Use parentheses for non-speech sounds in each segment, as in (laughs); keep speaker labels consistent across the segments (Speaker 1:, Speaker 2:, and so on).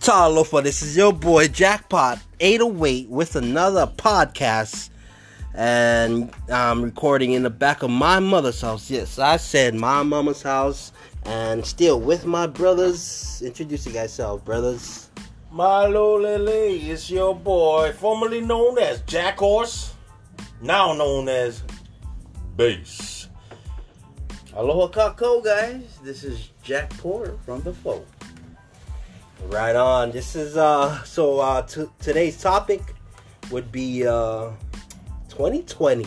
Speaker 1: Utah Loafer. This is your boy Jackpot 808 with another podcast. And I'm recording in the back of my mother's house. Yes, I said my mama's house. And still with my brothers. Introducing yourself, brothers.
Speaker 2: Milo Lele, it's your boy, formerly known as Jack Horse, now known as Bass.
Speaker 1: Aloha Kako, guys. This is Jack Porter from The Flow. Right on. This is, uh, so uh, t- today's topic would be uh, 2020.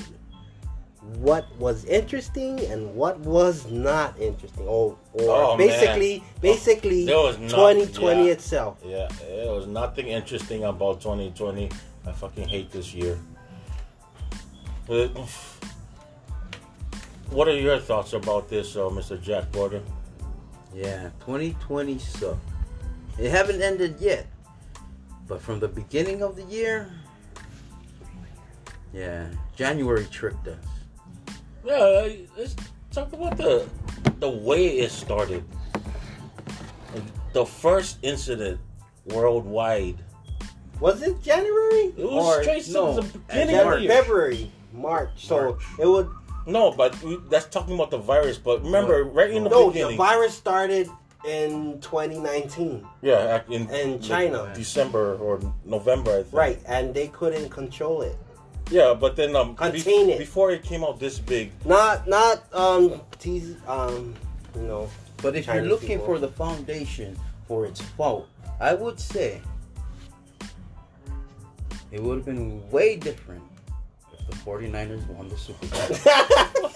Speaker 1: What was interesting and what was not interesting, or, or
Speaker 2: Oh, man.
Speaker 1: basically, basically,
Speaker 2: There was not-
Speaker 1: 2020
Speaker 2: yeah.
Speaker 1: itself.
Speaker 2: Yeah, there was nothing interesting about 2020. I fucking hate this year. But, what are your thoughts about this, uh, Mr. Jack Porter?
Speaker 3: Yeah, 2020 sucked. It haven't ended yet, but from the beginning of the year, yeah, January tricked us.
Speaker 2: Yeah, let's talk about the the way it started. The first incident worldwide.
Speaker 1: Was it January?
Speaker 2: It was
Speaker 1: Or-
Speaker 2: straight since
Speaker 3: no,
Speaker 2: the beginning of the
Speaker 1: January,
Speaker 2: year.
Speaker 1: February, March. So
Speaker 3: March.
Speaker 1: it would
Speaker 2: No, but we, that's talking about the virus. But remember, right in the
Speaker 1: no. The
Speaker 2: beginning,
Speaker 1: virus started in 2019.
Speaker 2: yeah, ac- in,
Speaker 1: in China.
Speaker 2: December or November, I think.
Speaker 1: Right, and they couldn't control it.
Speaker 2: Yeah, but then um, bef-
Speaker 1: Contain it.
Speaker 2: before it came out this big.
Speaker 1: Not, not um, these um, you know,
Speaker 3: But if
Speaker 1: Chinese
Speaker 3: you're looking
Speaker 1: people.
Speaker 3: for
Speaker 1: (laughs)
Speaker 3: the foundation for its fault, I would say it would have been way different if the 49ers won the Super Bowl.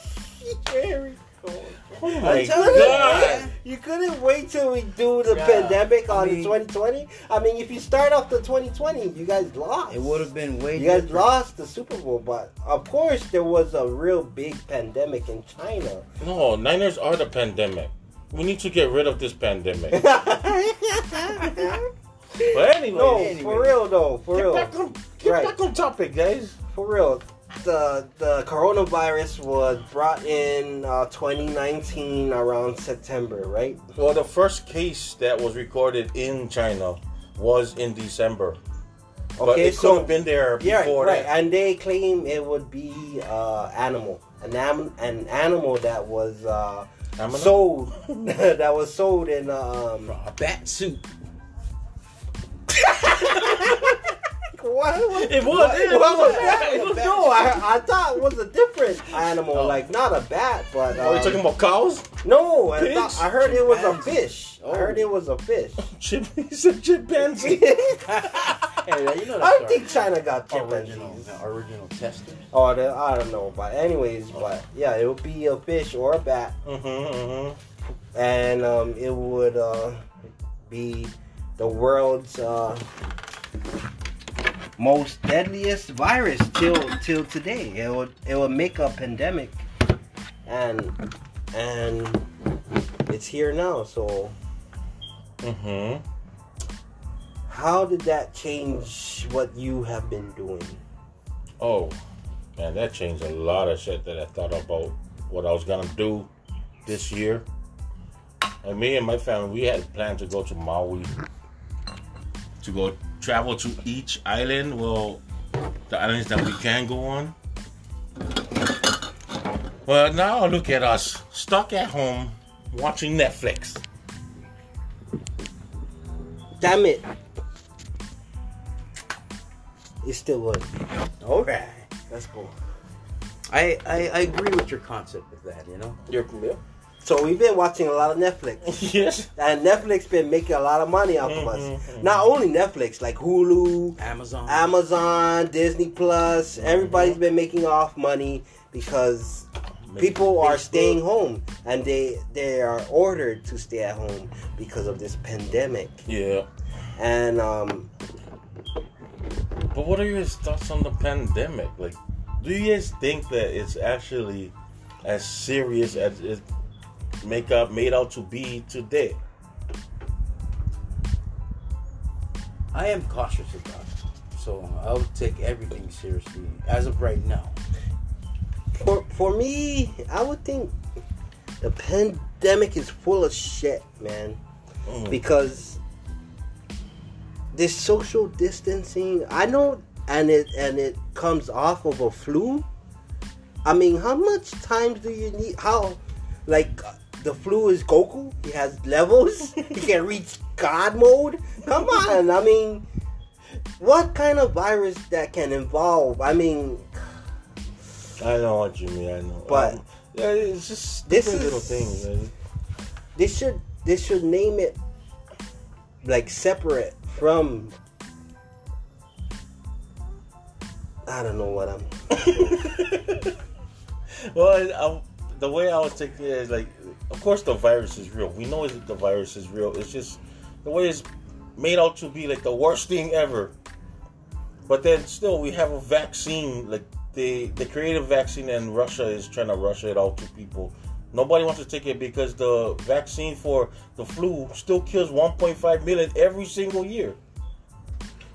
Speaker 1: Very cool.
Speaker 2: Oh
Speaker 1: I'm telling you, man, you couldn't wait till we do the
Speaker 3: Yeah,
Speaker 1: pandemic on
Speaker 3: I mean-
Speaker 1: the 2020. I mean, if you start off the 2020, you guys lost.
Speaker 3: It would have been way
Speaker 1: You guys
Speaker 3: different.
Speaker 1: lost the Super Bowl, but of course there was a real big pandemic in
Speaker 3: (laughs)
Speaker 1: China. (laughs)
Speaker 2: No, Niners are the pandemic. We need to get rid of this
Speaker 1: (laughs)
Speaker 2: pandemic. but anyway,
Speaker 1: no,
Speaker 3: anyway.
Speaker 1: for real though, for
Speaker 2: get
Speaker 1: real.
Speaker 2: back on get
Speaker 1: Right.
Speaker 2: back on topic, guys.
Speaker 1: For real, the the coronavirus was brought in uh, 2019 around September, right?
Speaker 2: Well, the first case that was recorded in China was in December. but
Speaker 1: Okay,
Speaker 2: it could
Speaker 1: so
Speaker 2: have been there
Speaker 1: yeah,
Speaker 2: before
Speaker 1: right,
Speaker 2: that.
Speaker 1: and they claim it would be uh, animal, an am- an animal that was uh,
Speaker 2: Aminal?
Speaker 1: sold, (laughs) that was sold in um,
Speaker 3: A bat suit.
Speaker 1: what? what- (laughs)
Speaker 2: It was,
Speaker 1: what-
Speaker 2: it
Speaker 1: what
Speaker 2: was a
Speaker 1: was
Speaker 2: bat,
Speaker 1: that?
Speaker 2: it was a
Speaker 1: no, I, I thought it was a different
Speaker 3: (laughs)
Speaker 1: animal,
Speaker 2: Oh.
Speaker 1: like not a bat, but
Speaker 2: Are we
Speaker 1: um,
Speaker 2: talking about cows?
Speaker 1: no, I,
Speaker 2: pigs?
Speaker 1: thought, I heard it was a
Speaker 3: Chimpanzees.
Speaker 1: fish. I heard it was a fish.
Speaker 2: Chimpanzees and chimpanzees.
Speaker 3: Hey, you know that's
Speaker 1: I don't think China got
Speaker 3: our original,
Speaker 1: chimpanzees.
Speaker 3: original testers.
Speaker 1: Or the, I don't know, but anyways,
Speaker 3: Oh.
Speaker 1: but yeah, it would be a fish or a bat,
Speaker 2: mm-hmm, mm-hmm.
Speaker 1: and um, it would uh, be the world's uh, most deadliest virus till till today. It would it would make a pandemic, and and it's here now. So
Speaker 2: Mm-hmm.
Speaker 1: how did that change what you have been doing?
Speaker 2: Oh, man, that changed a lot of shit that I thought about what I was gonna do this year. And me and my family, we had planned to go to Maui to go travel to each island. Well, the islands that we can go on. Well, now look at us stuck at home watching Netflix.
Speaker 1: Damn it. It still would.
Speaker 3: All right.
Speaker 1: That's cool.
Speaker 3: I, I, I agree with your concept of that, you know?
Speaker 2: You're,
Speaker 1: So we've been watching a lot of Netflix.
Speaker 2: yes.
Speaker 1: And Netflix been making a lot of money off of us. Not only Netflix, like Hulu,
Speaker 3: Amazon.
Speaker 1: Amazon, Disney Plus, everybody's been making off money because people are staying home and they they are ordered to stay at home because of this pandemic.
Speaker 2: Yeah.
Speaker 1: And um
Speaker 2: But what are your thoughts on the pandemic? Like, do you guys think that it's actually as serious as it make up made out to be today?
Speaker 3: I am cautious about it. So I'll take everything seriously as of right now.
Speaker 1: For for me, I would think the pandemic is full of shit, man.
Speaker 2: Mm.
Speaker 1: Because this social distancing. I know, and it and it comes off of a flu. I mean, how much times do you need? How, like, the flu is Goku. He has levels. he can reach God mode. Come on. I mean, what kind of virus that can involve? I mean,
Speaker 2: I know what you mean. I know.
Speaker 1: But-
Speaker 2: Um, yeah, it's just
Speaker 1: This
Speaker 2: different little
Speaker 1: is-
Speaker 2: things. man.
Speaker 1: they should they should name it like separate from. I don't know what I'm.
Speaker 2: well, I, I, the way I was thinking is like, of course the virus is real. We know that the virus is real. It's just the way it's made out to be like the worst thing ever. But then still, we have a vaccine. Like they they created a vaccine, and Russia is trying to rush it out to people. Nobody wants to take it because the vaccine for the flu still kills 1.5 million every single year.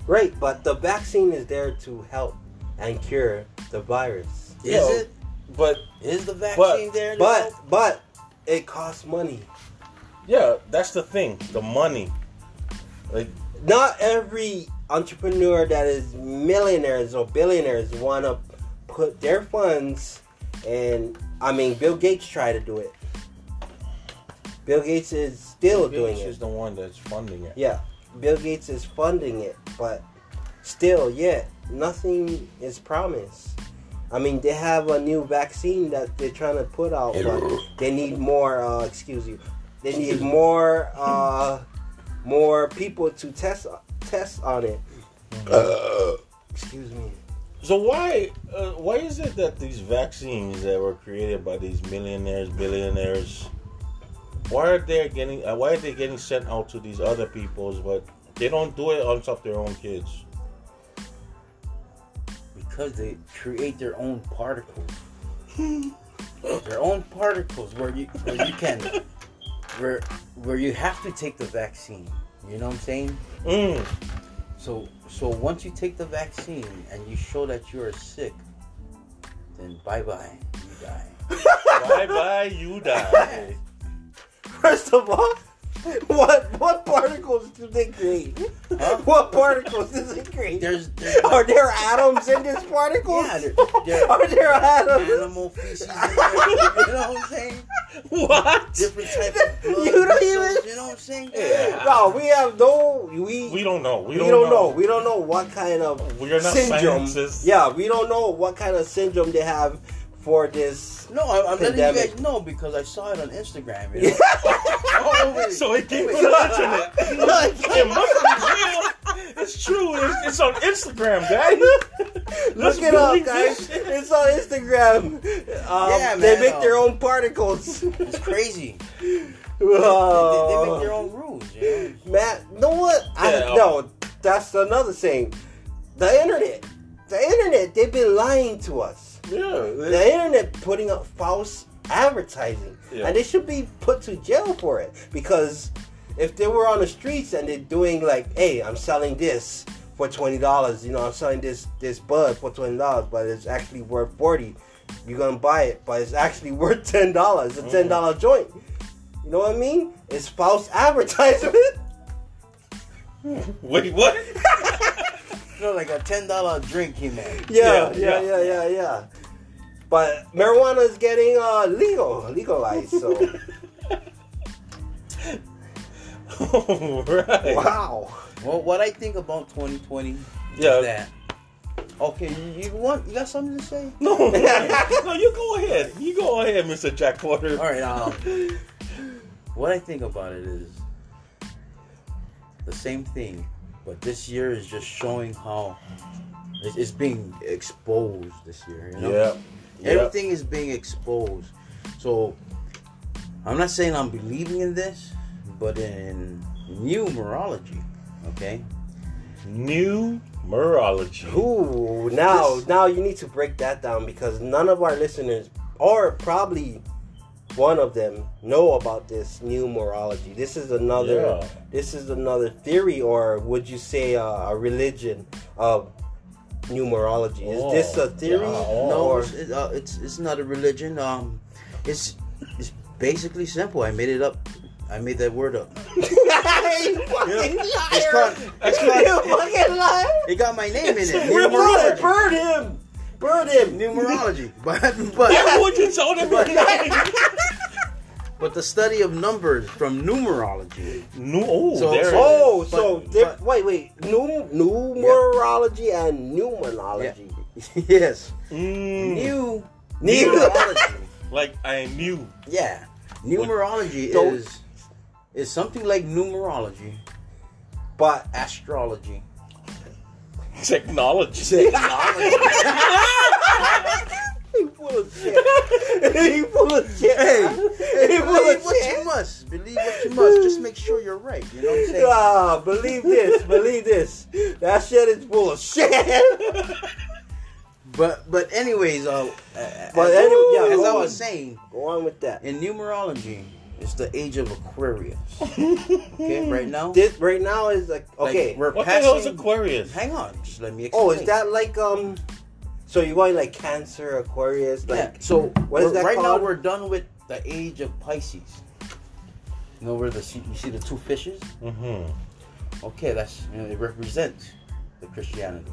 Speaker 1: Right, but the vaccine is there to help and cure the virus.
Speaker 3: Is
Speaker 2: Yeah.
Speaker 3: it?
Speaker 2: But
Speaker 3: Is the vaccine there? to
Speaker 1: But
Speaker 3: help?
Speaker 1: but it costs money.
Speaker 2: yeah, that's the thing. The money. Like
Speaker 1: Not every entrepreneur that is millionaires or billionaires want to put their funds and I mean Bill Gates tried to do it. Bill Gates is still
Speaker 2: Bill
Speaker 1: doing
Speaker 2: Gates
Speaker 1: it.
Speaker 2: is the one that's funding it.
Speaker 1: Yeah, Bill Gates is funding it, but still, yeah, nothing is promised. I mean, they have a new vaccine that they're trying to put out, but they need more. Uh, excuse you, they need more uh, more people to test test on it. Excuse me. (laughs)
Speaker 2: So why uh, why is it that these vaccines that were created by these millionaires, billionaires, why are they getting uh, why are they getting sent out to these other peoples, but they don't do it on top of their own kids?
Speaker 3: because they create their own particles. (laughs) their own particles where you where you can where where you have to take the vaccine. You know what I'm saying?
Speaker 2: Mm.
Speaker 3: So so once you take the vaccine and you show that you are sick, then bye bye, you die.
Speaker 2: bye bye, you die.
Speaker 1: First of all, what what particles do they create?
Speaker 3: Huh?
Speaker 1: What particles does it create?
Speaker 3: There's, there's
Speaker 1: (laughs) Are there atoms in this particle?
Speaker 3: Yeah, there- there-
Speaker 1: (laughs) Are there atoms?
Speaker 3: animal feces. In there, you know what I'm saying?
Speaker 2: (laughs) what?
Speaker 3: Different type of blood.
Speaker 1: (laughs) You don't
Speaker 3: vessels,
Speaker 1: even-
Speaker 3: You know what I'm saying?
Speaker 2: Yeah.
Speaker 1: No, we have no. We
Speaker 2: We don't know. We
Speaker 1: we
Speaker 2: don't,
Speaker 1: know. We don't know what kind of
Speaker 2: We are not
Speaker 1: syndrome.
Speaker 2: scientists.
Speaker 1: Yeah, we don't know what kind of syndrome they have
Speaker 2: (laughs)
Speaker 1: for this.
Speaker 3: No, I'm, I'm letting you
Speaker 1: Pandemic.
Speaker 3: guys know because I saw it on Instagram. You know? (laughs) oh, wait.
Speaker 2: So it came from the internet. It must be real. It's true. It's, it's on Instagram, guys.
Speaker 1: Look it up, guys. It's on Instagram. Um,
Speaker 3: Yeah,
Speaker 1: they
Speaker 3: man,
Speaker 1: make their
Speaker 3: uh, (laughs)
Speaker 1: own particles.
Speaker 3: It's crazy. They, they, they make their own
Speaker 1: Oh.
Speaker 3: rules. You
Speaker 1: Matt, you know what? I,
Speaker 2: Yeah,
Speaker 1: no, that's another thing. The internet. The internet, they've been lying to us.
Speaker 2: Yeah.
Speaker 1: The internet putting up false advertising.
Speaker 2: Yeah.
Speaker 1: And they should be put to jail for it. Because if they were on the streets and they're doing like, hey, I'm selling this for twenty dollars, you know, I'm selling this this bud for twenty dollars, but it's actually worth forty. You're gonna buy it, but it's actually (laughs) worth ten dollars, a
Speaker 2: Mm.
Speaker 1: ten dollar joint. You know what I mean? It's false (laughs) advertisement.
Speaker 2: Wait, what?
Speaker 3: know, like a ten dollar drink came out.
Speaker 1: yeah,
Speaker 2: Yeah,
Speaker 1: yeah, yeah, yeah, yeah. But marijuana is getting uh, legal, legalized. So
Speaker 2: (laughs) All (laughs) right.
Speaker 1: wow.
Speaker 3: Well, what I think about 2020
Speaker 2: Yeah.
Speaker 3: is that. Okay, you- you want you got something to say?
Speaker 2: No, (laughs) no, you go ahead. You go ahead, Mr. Jack Porter.
Speaker 3: All right. Um, what I think about it is the same thing, but this year is just showing how it's, it's being exposed this year. You know?
Speaker 2: Yeah.
Speaker 3: Everything is being exposed. So I'm not saying I'm believing in this, but in numerology, okay?
Speaker 2: Numerology.
Speaker 1: (laughs) Ooh, now
Speaker 3: This-
Speaker 1: now you need to break that down because none of our listeners, or probably one of them, know about this new morology. This is another
Speaker 2: Yeah.
Speaker 1: this is another theory, or would you say a, a religion of numerology? Is
Speaker 2: Oh,
Speaker 1: this a theory?
Speaker 2: yeah. Oh.
Speaker 3: No,
Speaker 1: or,
Speaker 3: it's, it, uh, it's it's not a religion. Um, it's it's basically simple. I made it up. I made that word up. (laughs)
Speaker 1: Hey, you fucking liar!
Speaker 3: It's called- it's
Speaker 1: you
Speaker 3: called-
Speaker 1: fucking liar!
Speaker 3: It got my name in it.
Speaker 1: Burn,
Speaker 3: Numerology.
Speaker 1: burn him! Burn him!
Speaker 3: Numerology. (laughs) But but
Speaker 2: would you tell them? (laughs)
Speaker 3: but the study of numbers from numerology. (laughs)
Speaker 2: No, oh,
Speaker 3: So-
Speaker 2: there it
Speaker 1: Oh,
Speaker 3: But-
Speaker 1: so
Speaker 3: but-
Speaker 1: diff- wait, wait. Num- numerology and numerology. (laughs)
Speaker 3: yes.
Speaker 2: is. Mm,
Speaker 3: New (laughs)
Speaker 1: Neither.
Speaker 3: numerology.
Speaker 2: like I knew.
Speaker 3: Yeah. Numerology
Speaker 1: Don't-
Speaker 3: is is something like numerology,
Speaker 1: (laughs) but
Speaker 3: astrology.
Speaker 2: Technology.
Speaker 3: Technology.
Speaker 1: he full of shit.
Speaker 3: (laughs)
Speaker 1: he full of shit.
Speaker 3: Hey,
Speaker 1: he full
Speaker 3: believe
Speaker 1: of
Speaker 3: what you
Speaker 1: shit.
Speaker 3: must. Believe what you must. Just make sure you're right. You know what I'm saying?
Speaker 1: Ah, believe this, believe this. That shit is full of
Speaker 3: (laughs)
Speaker 1: shit.
Speaker 3: But but anyways, uh,
Speaker 1: But
Speaker 3: as-
Speaker 1: anyway, yeah,
Speaker 3: as
Speaker 1: go
Speaker 3: I
Speaker 1: on.
Speaker 3: was saying,
Speaker 1: Go on with that.
Speaker 3: in numerology, it's the age of
Speaker 1: (laughs)
Speaker 3: Aquarius. Okay, right now.
Speaker 1: This right now is like
Speaker 3: like,
Speaker 1: okay.
Speaker 3: we're
Speaker 2: (laughs) What the
Speaker 3: passing.
Speaker 2: hell is Aquarius?
Speaker 3: Hang on, just let me explain.
Speaker 1: oh, is that like um? So you're going like Cancer, Aquarius,
Speaker 3: Yeah.
Speaker 1: like
Speaker 3: So
Speaker 1: what is
Speaker 3: we're-
Speaker 1: that
Speaker 3: right
Speaker 1: called?
Speaker 3: now we're done with the age of Pisces. You know where the you see the two fishes?
Speaker 2: Mm-hmm.
Speaker 3: Okay, that's you know, it represents the Christianity.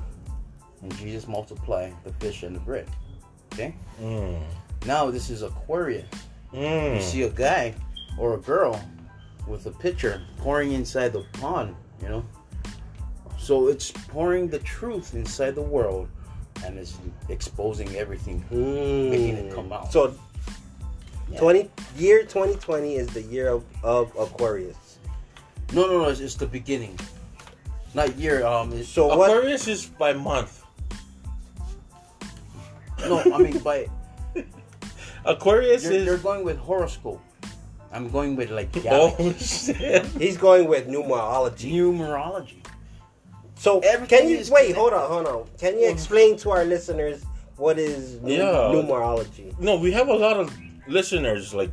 Speaker 3: And Jesus multiplied the fish and the bread. Okay?
Speaker 2: Mm.
Speaker 3: Now this is Aquarius. You
Speaker 1: Hmm.
Speaker 2: Mm.
Speaker 3: see a guy or a girl with a pitcher pouring inside the pond, you know? So it's pouring the truth inside the world and it's exposing everything.
Speaker 1: Mm.
Speaker 3: Making it come out.
Speaker 1: So
Speaker 3: Yeah.
Speaker 1: twenty year twenty twenty is the year of, of Aquarius.
Speaker 3: No, no, no, it's, it's the beginning. Not year, um, it's,
Speaker 1: So what?
Speaker 2: Aquarius is by month.
Speaker 3: no, I mean,
Speaker 1: (laughs)
Speaker 3: by,
Speaker 2: Aquarius
Speaker 3: you're,
Speaker 2: is.
Speaker 3: you're going with horoscope. I'm going with like
Speaker 2: (laughs) oh
Speaker 3: galaxy.
Speaker 2: shit!
Speaker 1: He's going with numerology.
Speaker 3: numerology.
Speaker 1: So
Speaker 3: Everything
Speaker 1: can you
Speaker 3: is
Speaker 1: wait?
Speaker 3: connected.
Speaker 1: Hold on, hold on. Can you explain to our listeners what is nu-
Speaker 2: Yeah.
Speaker 1: numerology?
Speaker 2: No, we have a lot of listeners. Like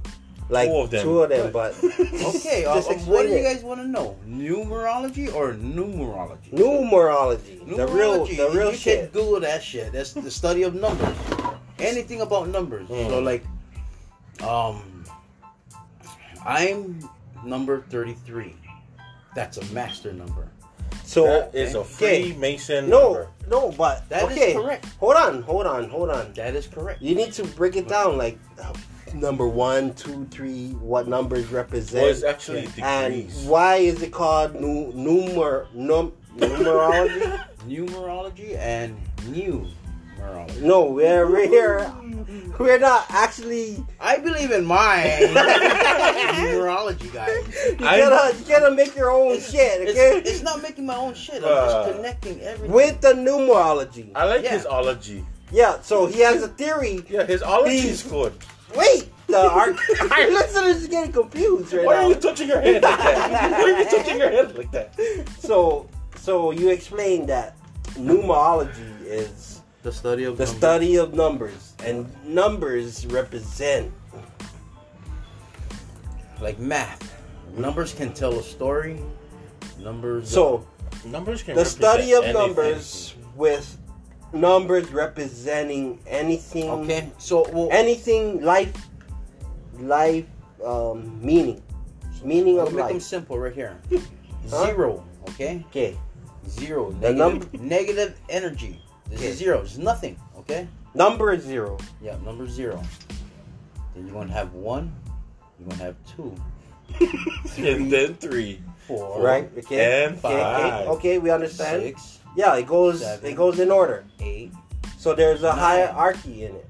Speaker 1: Like
Speaker 2: Two of them. (laughs)
Speaker 1: but
Speaker 3: Okay,
Speaker 1: (laughs) Just
Speaker 3: um, what
Speaker 1: explain
Speaker 3: do you
Speaker 1: it.
Speaker 3: guys want to know? Numerology or numerology?
Speaker 1: numerology, the real,
Speaker 3: Numerology,
Speaker 1: the real
Speaker 3: you
Speaker 1: shit.
Speaker 3: can Google that shit. That's the study of numbers. Anything about numbers.
Speaker 2: Mm.
Speaker 3: So like, um, I'm number thirty-three. That's a master number.
Speaker 1: So
Speaker 2: that is a
Speaker 1: okay.
Speaker 2: Freemason.
Speaker 1: No,
Speaker 2: number.
Speaker 1: no, but
Speaker 3: That is
Speaker 1: okay.
Speaker 3: correct.
Speaker 1: Hold on, hold on, hold on.
Speaker 3: That is correct.
Speaker 1: You need to break it down, like uh, number one, two, three. What numbers represent?
Speaker 2: Well, it's actually
Speaker 1: and
Speaker 2: degrees.
Speaker 1: why is it called nu- numer num- numerology?
Speaker 3: Numerology and numerology.
Speaker 1: no, we're we're here. We're not actually.
Speaker 3: I believe in mine.
Speaker 1: (laughs)
Speaker 3: numerology, guys.
Speaker 1: You
Speaker 2: I'm-
Speaker 1: gotta you gotta make your own shit, okay?
Speaker 3: It's, it's not making my own shit. I'm just
Speaker 2: Uh,
Speaker 3: connecting everything.
Speaker 1: With the numerology.
Speaker 2: I like
Speaker 3: Yeah.
Speaker 2: his ology.
Speaker 1: Yeah, so he has a theory.
Speaker 2: Yeah, his ology
Speaker 1: These-
Speaker 2: is good.
Speaker 1: Wait, the, (laughs) our, our listeners are getting confused right
Speaker 2: Why are you
Speaker 1: now.
Speaker 2: touching your head like that? (laughs) Why are you touching your head like that?
Speaker 1: So, so you explained that numerology is
Speaker 3: the study of
Speaker 1: the
Speaker 3: numbers.
Speaker 1: study of numbers, and numbers represent.
Speaker 3: like math. Numbers can tell a story. Numbers.
Speaker 1: So,
Speaker 2: Numbers can
Speaker 1: the study of
Speaker 2: represent anything.
Speaker 1: numbers with numbers representing anything,
Speaker 3: okay. So well,
Speaker 1: anything life, life um, meaning, meaning
Speaker 3: we'll
Speaker 1: of
Speaker 3: make them
Speaker 1: life.
Speaker 3: simple right here.
Speaker 1: Huh?
Speaker 3: Zero. Okay.
Speaker 1: Okay,
Speaker 3: Zero.
Speaker 1: The
Speaker 3: Negative, negative energy. This
Speaker 1: Okay.
Speaker 3: is zero. It's nothing. Okay.
Speaker 1: number is zero.
Speaker 3: Yeah. Number zero. Then you're gonna have one. You're gonna have two,
Speaker 2: (laughs) and then three.
Speaker 3: four,
Speaker 1: Right? Okay.
Speaker 2: And
Speaker 1: okay, okay,
Speaker 2: five.
Speaker 1: okay, we understand.
Speaker 3: six,
Speaker 1: Yeah, it goes
Speaker 3: Seven.
Speaker 1: it goes in order.
Speaker 3: eight.
Speaker 1: So there's a
Speaker 3: Nine.
Speaker 1: hierarchy in it.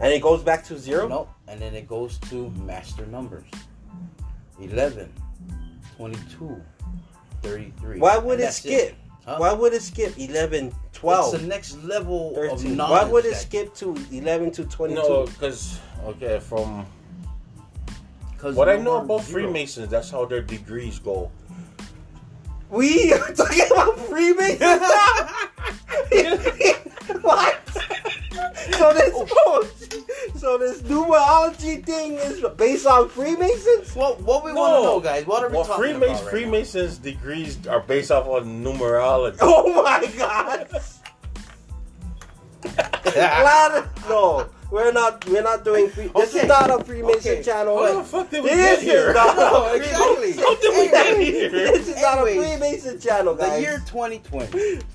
Speaker 1: And it goes back to zero?
Speaker 3: Nope. And then it goes to master numbers. 11, 22, 33.
Speaker 1: Why would
Speaker 3: And
Speaker 1: it
Speaker 3: that's
Speaker 1: skip?
Speaker 3: Huh?
Speaker 1: Why would it skip 11, 12,
Speaker 3: It's the next level of
Speaker 1: 13?
Speaker 3: knowledge.
Speaker 1: Why would it
Speaker 3: that-
Speaker 1: skip to 11 to 22?
Speaker 2: No, because okay, from
Speaker 3: 'cause
Speaker 2: what I
Speaker 3: no
Speaker 2: know
Speaker 3: more
Speaker 2: about
Speaker 3: zero.
Speaker 2: Freemasons, that's how their degrees go.
Speaker 1: We (laughs) are talking about
Speaker 3: (laughs)
Speaker 1: Freemasons now? (laughs) what? So this
Speaker 3: Oh.
Speaker 1: (laughs) so this numerology thing is based on Freemasons?
Speaker 3: What, what we
Speaker 2: No.
Speaker 3: want to know, guys? What are we
Speaker 2: Well,
Speaker 3: talking
Speaker 2: Freemasons,
Speaker 3: about? right now?
Speaker 2: Freemasons' degrees are based off on numerology.
Speaker 3: (laughs)
Speaker 1: (laughs) Oh my god! Lot of- no, We're not. We're not doing. Free, This is
Speaker 3: Okay.
Speaker 1: not a Freemason
Speaker 4: Okay.
Speaker 1: channel.
Speaker 2: How the fuck
Speaker 1: (laughs)
Speaker 2: did we get
Speaker 1: this
Speaker 2: here?
Speaker 1: is not
Speaker 4: No,
Speaker 1: a
Speaker 4: exactly.
Speaker 1: Freemason.
Speaker 2: did we get here?
Speaker 1: This is not a
Speaker 4: Anyways,
Speaker 1: Freemason channel, guys.
Speaker 4: The year
Speaker 1: (laughs)
Speaker 4: 2020
Speaker 2: (laughs)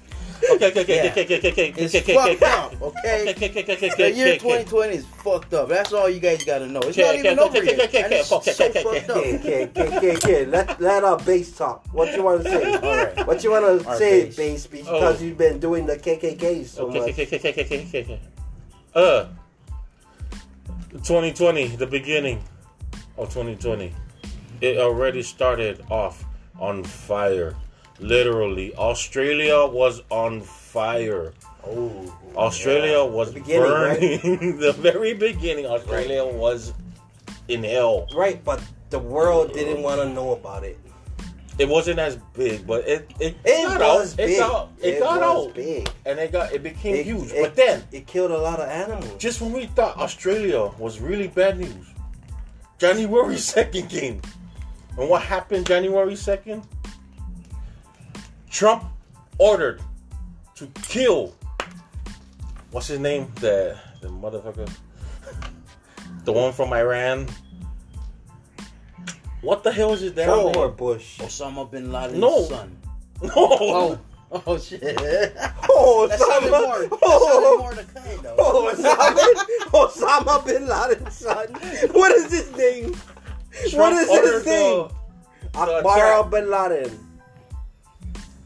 Speaker 2: Okay, okay, okay,
Speaker 4: Yeah.
Speaker 2: okay, okay, okay, okay, okay,
Speaker 4: is
Speaker 2: okay,
Speaker 4: fucked
Speaker 2: okay,
Speaker 4: up,
Speaker 2: okay,
Speaker 4: okay?
Speaker 2: okay, okay, okay, okay,
Speaker 4: The year
Speaker 2: okay,
Speaker 4: 2020 is fucked up. That's all you guys gotta know. It's
Speaker 2: Okay,
Speaker 4: not
Speaker 2: okay,
Speaker 4: even
Speaker 2: okay,
Speaker 4: over
Speaker 2: okay,
Speaker 4: yet.
Speaker 2: okay,
Speaker 4: and it's
Speaker 2: okay,
Speaker 4: so
Speaker 2: okay, okay,
Speaker 4: fucked
Speaker 1: Okay,
Speaker 4: up.
Speaker 1: okay, okay, okay, okay. Let let our bass talk. What you want to say?
Speaker 4: All right.
Speaker 1: What you want to
Speaker 4: Our
Speaker 1: say,
Speaker 4: bass.
Speaker 1: bass? Because
Speaker 2: Oh.
Speaker 1: you've been doing the KKK so
Speaker 2: okay,
Speaker 1: much.
Speaker 2: okay, okay, okay, okay, okay, okay, okay. (laughs) Uh, 2020, the beginning of 2020, it already started off on fire. Literally, Australia was on fire.
Speaker 1: Oh,
Speaker 2: Australia was
Speaker 1: The beginning, right?
Speaker 2: burning. (laughs) the very beginning, Australia was in hell.
Speaker 1: right. But the world didn't want to know about it.
Speaker 2: It wasn't as big, but it it,
Speaker 1: It
Speaker 2: got
Speaker 1: was
Speaker 2: out.
Speaker 1: big.
Speaker 2: It got out. It, got
Speaker 1: was
Speaker 2: out.
Speaker 1: big.
Speaker 2: and it got it became
Speaker 1: It-
Speaker 2: huge.
Speaker 1: it-
Speaker 2: but then,
Speaker 1: it killed a lot of animals.
Speaker 2: just when we thought Australia was really bad news, January (laughs) second came, and what happened January second? Trump ordered to kill. What's his name? The the motherfucker, (laughs) the one from Iran. What the hell is his damn
Speaker 1: Trump or
Speaker 2: name?
Speaker 3: (laughs)
Speaker 1: Bush?
Speaker 3: Osama bin Laden's
Speaker 2: No.
Speaker 3: son.
Speaker 2: (laughs) No.
Speaker 3: Oh, (laughs) oh shit. that
Speaker 1: (laughs) Oh,
Speaker 3: sounded more. That sounded more to kind though.
Speaker 1: Oh, Osama, Osama bin Laden's son. What is his name? what
Speaker 2: Trump
Speaker 1: is
Speaker 2: ordered
Speaker 1: his name?
Speaker 2: the-
Speaker 1: Akbar bin Laden.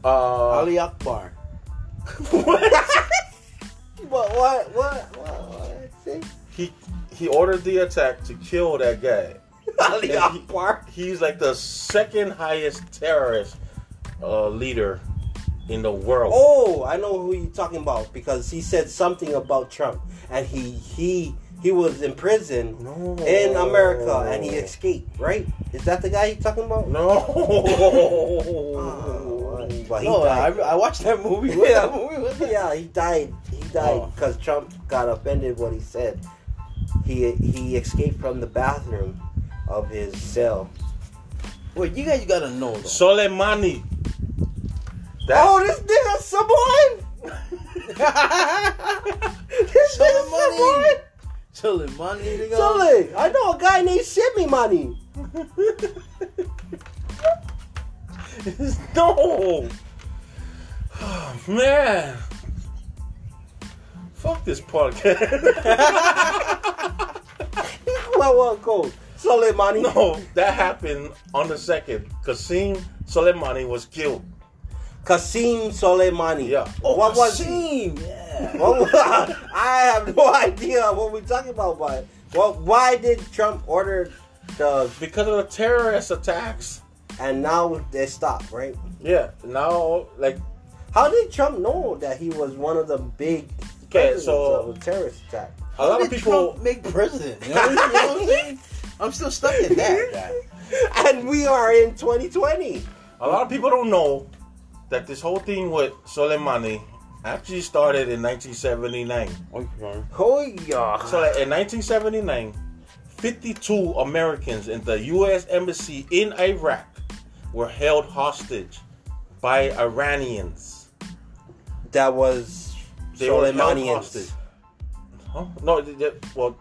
Speaker 2: Uh,
Speaker 3: Ali Akbar.
Speaker 1: (laughs) What? What? What? What? what? See?
Speaker 2: he he ordered the attack to kill that guy.
Speaker 1: Ali
Speaker 2: Yeah, he-
Speaker 1: Akbar.
Speaker 2: He's like the second highest terrorist uh, leader in the world.
Speaker 1: Oh, I know who you're talking about because he said something about Trump, and he he he was in prison
Speaker 2: No.
Speaker 1: in America, and
Speaker 2: Oh.
Speaker 1: he escaped. Right? Is that the guy you're talking about?
Speaker 2: No.
Speaker 1: Oh, but he
Speaker 3: No, I,
Speaker 1: died.
Speaker 3: I watched that (laughs) movie. What
Speaker 1: Yeah.
Speaker 3: that movie was that?
Speaker 1: Yeah, he died. He died
Speaker 3: Oh.
Speaker 1: because Trump got offended what he said. He he escaped from the bathroom of his cell.
Speaker 3: Wait, you guys gotta know though.
Speaker 2: Soleimani. (laughs)
Speaker 1: oh, this nigga Samoan. This nigga
Speaker 3: Soleimani.
Speaker 1: Samoan.
Speaker 3: Soleimani, nigga.
Speaker 1: Sully, I know a guy named Shimmy Money. (laughs)
Speaker 2: no. (sighs) man. Fuck this podcast.
Speaker 1: Well, well, go. Sully
Speaker 2: (laughs)
Speaker 1: Money.
Speaker 2: no, that happened on the second. Qasim Soleimani was killed.
Speaker 1: Kasim Soleimani.
Speaker 2: Yeah.
Speaker 1: what
Speaker 3: Oh,
Speaker 1: was he?
Speaker 3: Team, yeah.
Speaker 1: What wa- (laughs) I have no idea what we're talking about, but well, why did Trump order the
Speaker 2: Because of the terrorist attacks.
Speaker 1: and now they stopped, right?
Speaker 2: Yeah. Now, like,
Speaker 1: How did Trump know that he was one of the big
Speaker 2: Okay,
Speaker 1: presidents
Speaker 2: so-
Speaker 1: of a terrorist
Speaker 2: (laughs)
Speaker 1: attack?
Speaker 2: a lot of
Speaker 3: Did
Speaker 2: people.
Speaker 3: Trump make president. You know, you know what I'm saying? I'm still stuck in
Speaker 1: (laughs)
Speaker 3: that. guy.
Speaker 1: And we are in 2020.
Speaker 2: A lot of people don't know that this whole thing with Soleimani actually started in 1979.
Speaker 1: Oh yeah.
Speaker 2: So like, in 1979, 52 Americans in the U.S. embassy in Iraq were held hostage by Iranians.
Speaker 1: that was
Speaker 2: They were held
Speaker 1: Soleimanians.
Speaker 2: hostage. Huh? No, they- they- well,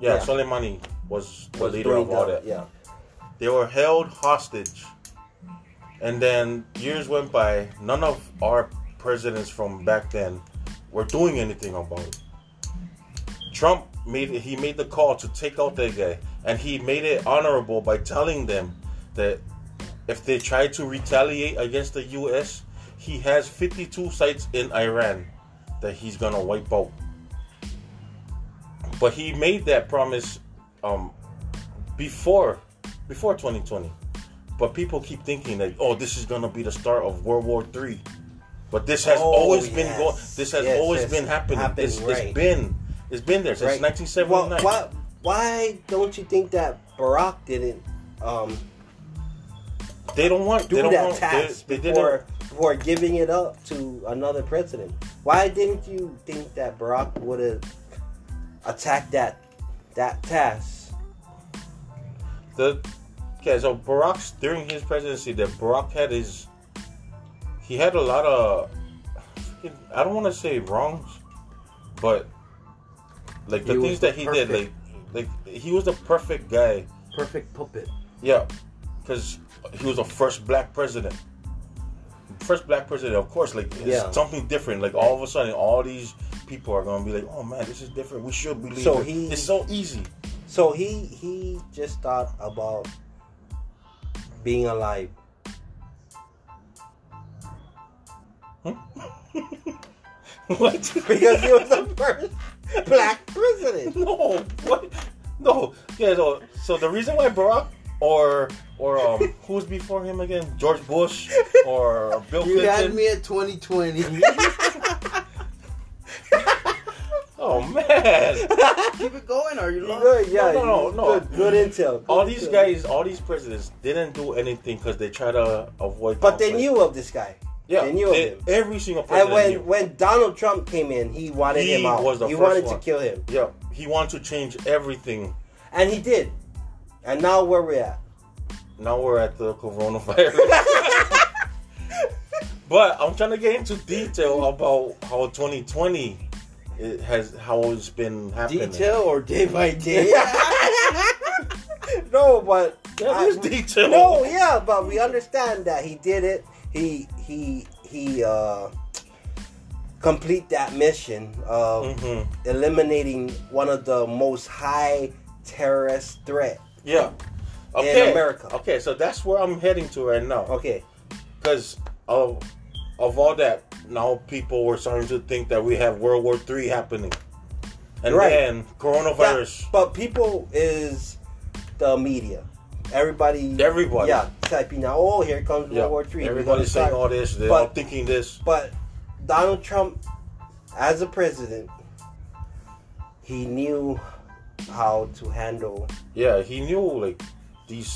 Speaker 2: yeah,
Speaker 1: Yeah.
Speaker 2: Soleimani was the
Speaker 1: was
Speaker 2: leader
Speaker 1: doing
Speaker 2: of all
Speaker 1: that,
Speaker 2: that.
Speaker 1: Yeah.
Speaker 2: They were held hostage. And then years went by. None of our presidents from back then were doing anything about it. Trump made he made the call to take out that guy, and he made it honorable by telling them that if they try to retaliate against the U.S., he has 52 sites in Iran that he's gonna wipe out. But he made that promise um, before before 2020. But people keep thinking that oh, this is gonna be the start of World War III. But this has
Speaker 1: Oh,
Speaker 2: always been
Speaker 1: yes.
Speaker 2: going. This has
Speaker 1: Yes,
Speaker 2: always
Speaker 1: yes.
Speaker 2: been happening.
Speaker 1: Happened,
Speaker 2: it's,
Speaker 1: right.
Speaker 2: it's been it's been there since
Speaker 1: Right.
Speaker 2: 1979.
Speaker 1: Well, why, why don't you think that Barack didn't um,
Speaker 2: they don't want
Speaker 1: do
Speaker 2: they don't
Speaker 1: that
Speaker 2: want,
Speaker 1: task
Speaker 2: they, they
Speaker 1: before, before giving it up to another president? Why didn't you think that Barack would have attacked that that task?
Speaker 2: didn't the okay. So Barack's during his presidency, that Barack had his he had a lot of I don't want to say wrongs, but Like the
Speaker 3: He was
Speaker 2: things
Speaker 3: the
Speaker 2: that he did, like,
Speaker 3: perfect-
Speaker 2: like he was the perfect guy.
Speaker 3: Perfect puppet.
Speaker 2: Yeah, because he was the first black president. First black president, of course. Like it's
Speaker 1: Yeah.
Speaker 2: something different. Like all of a sudden, all these people are gonna be like, "Oh man, this is different. We should believe."
Speaker 1: So
Speaker 2: it.
Speaker 1: he-
Speaker 2: it's so easy. (laughs)
Speaker 1: So he he just thought about being alive. (laughs)
Speaker 2: what?
Speaker 1: (laughs) Because he was the first black
Speaker 2: (laughs)
Speaker 1: president.
Speaker 2: no, what? No. Yeah. So, so the reason why Barack or or um, who's before him again? George Bush
Speaker 1: (laughs)
Speaker 2: or Bill
Speaker 4: You
Speaker 2: Clinton?
Speaker 4: had me at 2020.
Speaker 2: Oh
Speaker 1: (laughs)
Speaker 2: man.
Speaker 4: Keep it going. Are you lost?
Speaker 1: Good, yeah,
Speaker 2: No, no,
Speaker 1: you-
Speaker 2: no,
Speaker 1: Good, good intel. good
Speaker 2: All these
Speaker 1: intel.
Speaker 2: guys, all these presidents didn't do anything because they try to avoid.
Speaker 1: But they
Speaker 2: conflict.
Speaker 1: knew of this guy.
Speaker 2: Yeah,
Speaker 1: they knew of
Speaker 2: they-
Speaker 1: him.
Speaker 2: every single president.
Speaker 1: And when
Speaker 2: knew.
Speaker 1: when Donald Trump came in, he wanted
Speaker 2: He
Speaker 1: him out.
Speaker 2: was the
Speaker 1: he
Speaker 2: first
Speaker 1: wanted
Speaker 2: one.
Speaker 1: to kill him,
Speaker 2: yeah, he wanted to change everything.
Speaker 1: and he did. And now where we
Speaker 2: (laughs)
Speaker 1: at? (laughs)
Speaker 2: Now we're at the coronavirus. but I'm trying to get into detail about how 2020 it has how it's been happening.
Speaker 4: Detail or day by
Speaker 1: (laughs)
Speaker 4: day?
Speaker 1: no, but
Speaker 2: Yeah, there's
Speaker 1: I-
Speaker 2: detail. (laughs)
Speaker 1: No, yeah, but we understand that he did it. He he he uh complete that mission of
Speaker 2: Mhm.
Speaker 1: eliminating one of the most high terrorist threat.
Speaker 2: Yeah. Okay.
Speaker 1: America.
Speaker 2: Okay, so that's where I'm heading to right now.
Speaker 1: Okay.
Speaker 2: because of of all that now people were starting to think that we have world war three happening and
Speaker 1: Right.
Speaker 2: then coronavirus
Speaker 1: That- but people is the media. Everybody
Speaker 2: Everybody.
Speaker 1: Yeah, typing out, oh here comes World War Three. we're gonna
Speaker 2: everybody's saying
Speaker 1: start."
Speaker 2: all this they're
Speaker 1: But-
Speaker 2: all thinking this
Speaker 1: But Donald Trump, as a president, he knew how to handle.
Speaker 2: yeah he knew like these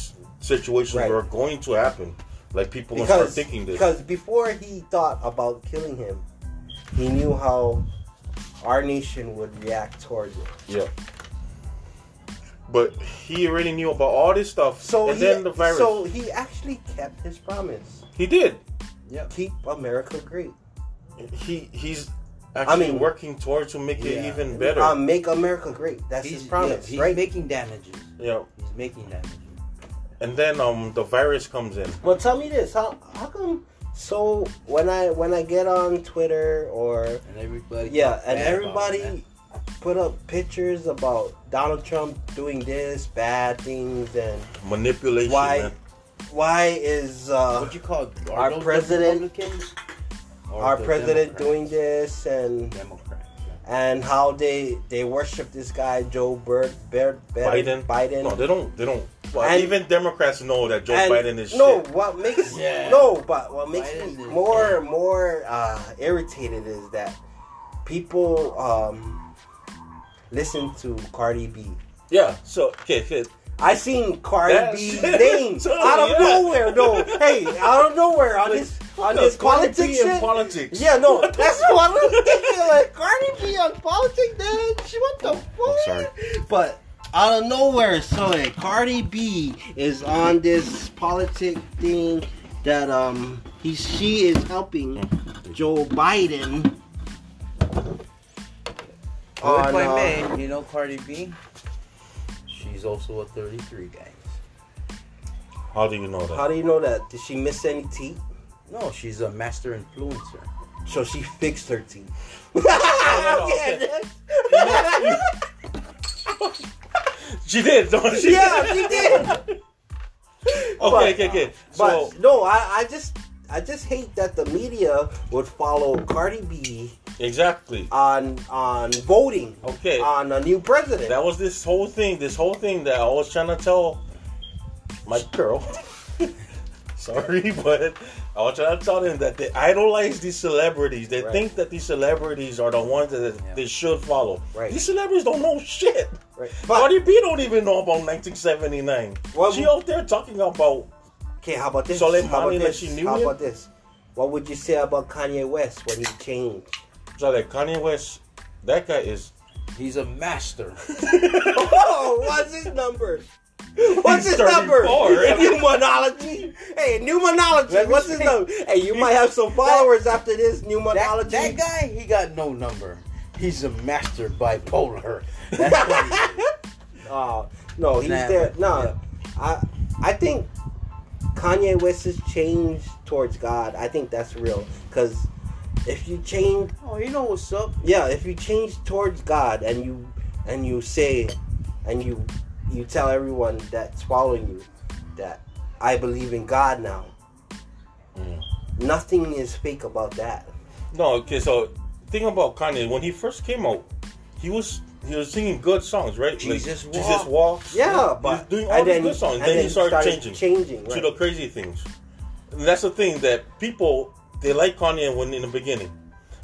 Speaker 2: situations
Speaker 1: Right.
Speaker 2: were going to happen like people gonna start
Speaker 1: Because,
Speaker 2: thinking this
Speaker 1: because before he thought about killing him, he knew how our nation would react towards it.
Speaker 2: yeah but he already knew about all this stuff
Speaker 1: So
Speaker 2: and
Speaker 1: he,
Speaker 2: then the virus
Speaker 1: so he actually kept his promise.
Speaker 2: he did
Speaker 1: Keep America great.
Speaker 2: he he's actually
Speaker 1: mean-
Speaker 2: working towards to make it
Speaker 4: Yeah.
Speaker 2: even better
Speaker 1: Uh, make America great. That's
Speaker 4: He's,
Speaker 1: his promise,
Speaker 4: yeah, he's
Speaker 1: right?
Speaker 4: making damages.
Speaker 2: yeah
Speaker 4: He's making damages.
Speaker 2: and then um the virus comes in
Speaker 1: Well, tell me this: how how come? So when I when I get on Twitter or
Speaker 4: And everybody.
Speaker 1: yeah,
Speaker 4: talks
Speaker 1: and
Speaker 4: bad about him,
Speaker 1: everybody put up pictures about Donald Trump doing this bad things and
Speaker 2: manipulation
Speaker 1: why
Speaker 2: man.
Speaker 1: why is
Speaker 4: man.
Speaker 1: uh,
Speaker 4: What you call it? Are
Speaker 1: our
Speaker 4: those the
Speaker 1: president-
Speaker 4: Republicans or
Speaker 1: our
Speaker 4: the
Speaker 1: president
Speaker 4: Democrats?
Speaker 1: doing this and
Speaker 4: Democrats.
Speaker 1: and how they they worship this guy Joe Bird, Bird,
Speaker 2: Biden.
Speaker 1: Biden.
Speaker 2: No, they don't. They don't. Well,
Speaker 1: And-
Speaker 2: even Democrats know that Joe
Speaker 1: And
Speaker 2: Biden is
Speaker 1: no,
Speaker 2: shit.
Speaker 1: what makes
Speaker 4: Yeah.
Speaker 1: no, but what makes
Speaker 4: Biden
Speaker 1: me
Speaker 4: is-
Speaker 1: more more uh, irritated is that people um, listen to Cardi B.
Speaker 2: Yeah. So okay, okay.
Speaker 1: I seen Cardi
Speaker 2: That's-
Speaker 1: B
Speaker 2: (laughs)
Speaker 1: name
Speaker 2: So,
Speaker 1: out of
Speaker 2: yeah.
Speaker 1: nowhere. No, hey, out of nowhere on
Speaker 2: Like,
Speaker 1: this on
Speaker 2: the
Speaker 1: this
Speaker 2: Cardi B
Speaker 1: politics
Speaker 2: and
Speaker 1: shit.
Speaker 2: politics.
Speaker 1: Yeah, no, that's what I'm thinking. Like Cardi B on politics, man. She what the fuck?
Speaker 2: sorry.
Speaker 1: But out of nowhere, so like, Cardi B is on this politic thing that um he she is helping Joe Biden.
Speaker 4: Oh, if
Speaker 1: on, uh,
Speaker 4: I may, you know Cardi B? She's also a 33 guy.
Speaker 2: How do you know that?
Speaker 1: How do you know that? Did she miss any teeth?
Speaker 4: No, she's a master influencer.
Speaker 1: So she fixed her teeth. (laughs)
Speaker 2: no, okay. (laughs) she did. Don't she?
Speaker 1: yeah, she did.
Speaker 2: Okay. (laughs)
Speaker 1: but-
Speaker 2: okay. Okay. So
Speaker 1: But no, I, I just I just hate that the media would follow Cardi B
Speaker 2: exactly.
Speaker 1: on on voting
Speaker 2: Okay.
Speaker 1: on a new president.
Speaker 2: That was this whole thing. This whole thing that I was trying to tell my girl. (laughs) Sorry, (laughs) but I was trying to tell them that they idolize these celebrities. They
Speaker 1: Right.
Speaker 2: think that these celebrities are the ones that
Speaker 4: Yeah.
Speaker 2: they should follow.
Speaker 1: Right.
Speaker 2: These celebrities don't know shit.
Speaker 1: Right. But-
Speaker 2: Cardi B don't even know about 1979.
Speaker 1: What
Speaker 2: she
Speaker 1: would-
Speaker 2: out there talking about
Speaker 1: okay, how about this?
Speaker 2: So let
Speaker 1: how
Speaker 2: mommy
Speaker 1: about
Speaker 2: let
Speaker 1: this?
Speaker 2: she knew
Speaker 1: how
Speaker 2: him?
Speaker 1: about this? What would you say about Kanye West when he
Speaker 2: (laughs)
Speaker 1: changed?
Speaker 2: so like Kanye West. That guy
Speaker 1: (laughs)
Speaker 2: is.
Speaker 4: He's a
Speaker 3: (laughs)
Speaker 4: master.
Speaker 1: Oh, what's his number? What's
Speaker 2: He's
Speaker 1: his number?
Speaker 2: 34.
Speaker 1: Numerology. Hey, numerology.
Speaker 4: Let me
Speaker 1: What's his
Speaker 4: see.
Speaker 1: number? Hey, you might have some followers after this numerology.
Speaker 3: (laughs)
Speaker 4: That, that guy, he got no number. He's a master bipolar.
Speaker 3: That's what
Speaker 1: (laughs)
Speaker 3: it is.
Speaker 1: Uh, no, he's
Speaker 3: Nah,
Speaker 1: there.
Speaker 3: but-
Speaker 1: No,
Speaker 3: yeah.
Speaker 1: I I think Kanye West's change towards God. I think that's real because if you change,
Speaker 3: Oh, you know what's up?
Speaker 1: yeah, if you change towards God and you and you say and you you tell everyone that's following you that I believe in God now.
Speaker 2: Mm.
Speaker 1: Nothing is fake about that.
Speaker 2: No, okay. So, thing about Kanye when he first came out, he was he was singing good songs, right? Like,
Speaker 3: Jesus
Speaker 2: Jesus walks.
Speaker 1: Yeah,
Speaker 2: He was
Speaker 1: but
Speaker 2: doing all
Speaker 1: and
Speaker 2: these
Speaker 1: then-
Speaker 2: good songs.
Speaker 1: and
Speaker 2: Then, he started, changing
Speaker 1: changing
Speaker 2: to
Speaker 1: right.
Speaker 2: the crazy things. And that's the thing that people they like Kanye when in the beginning.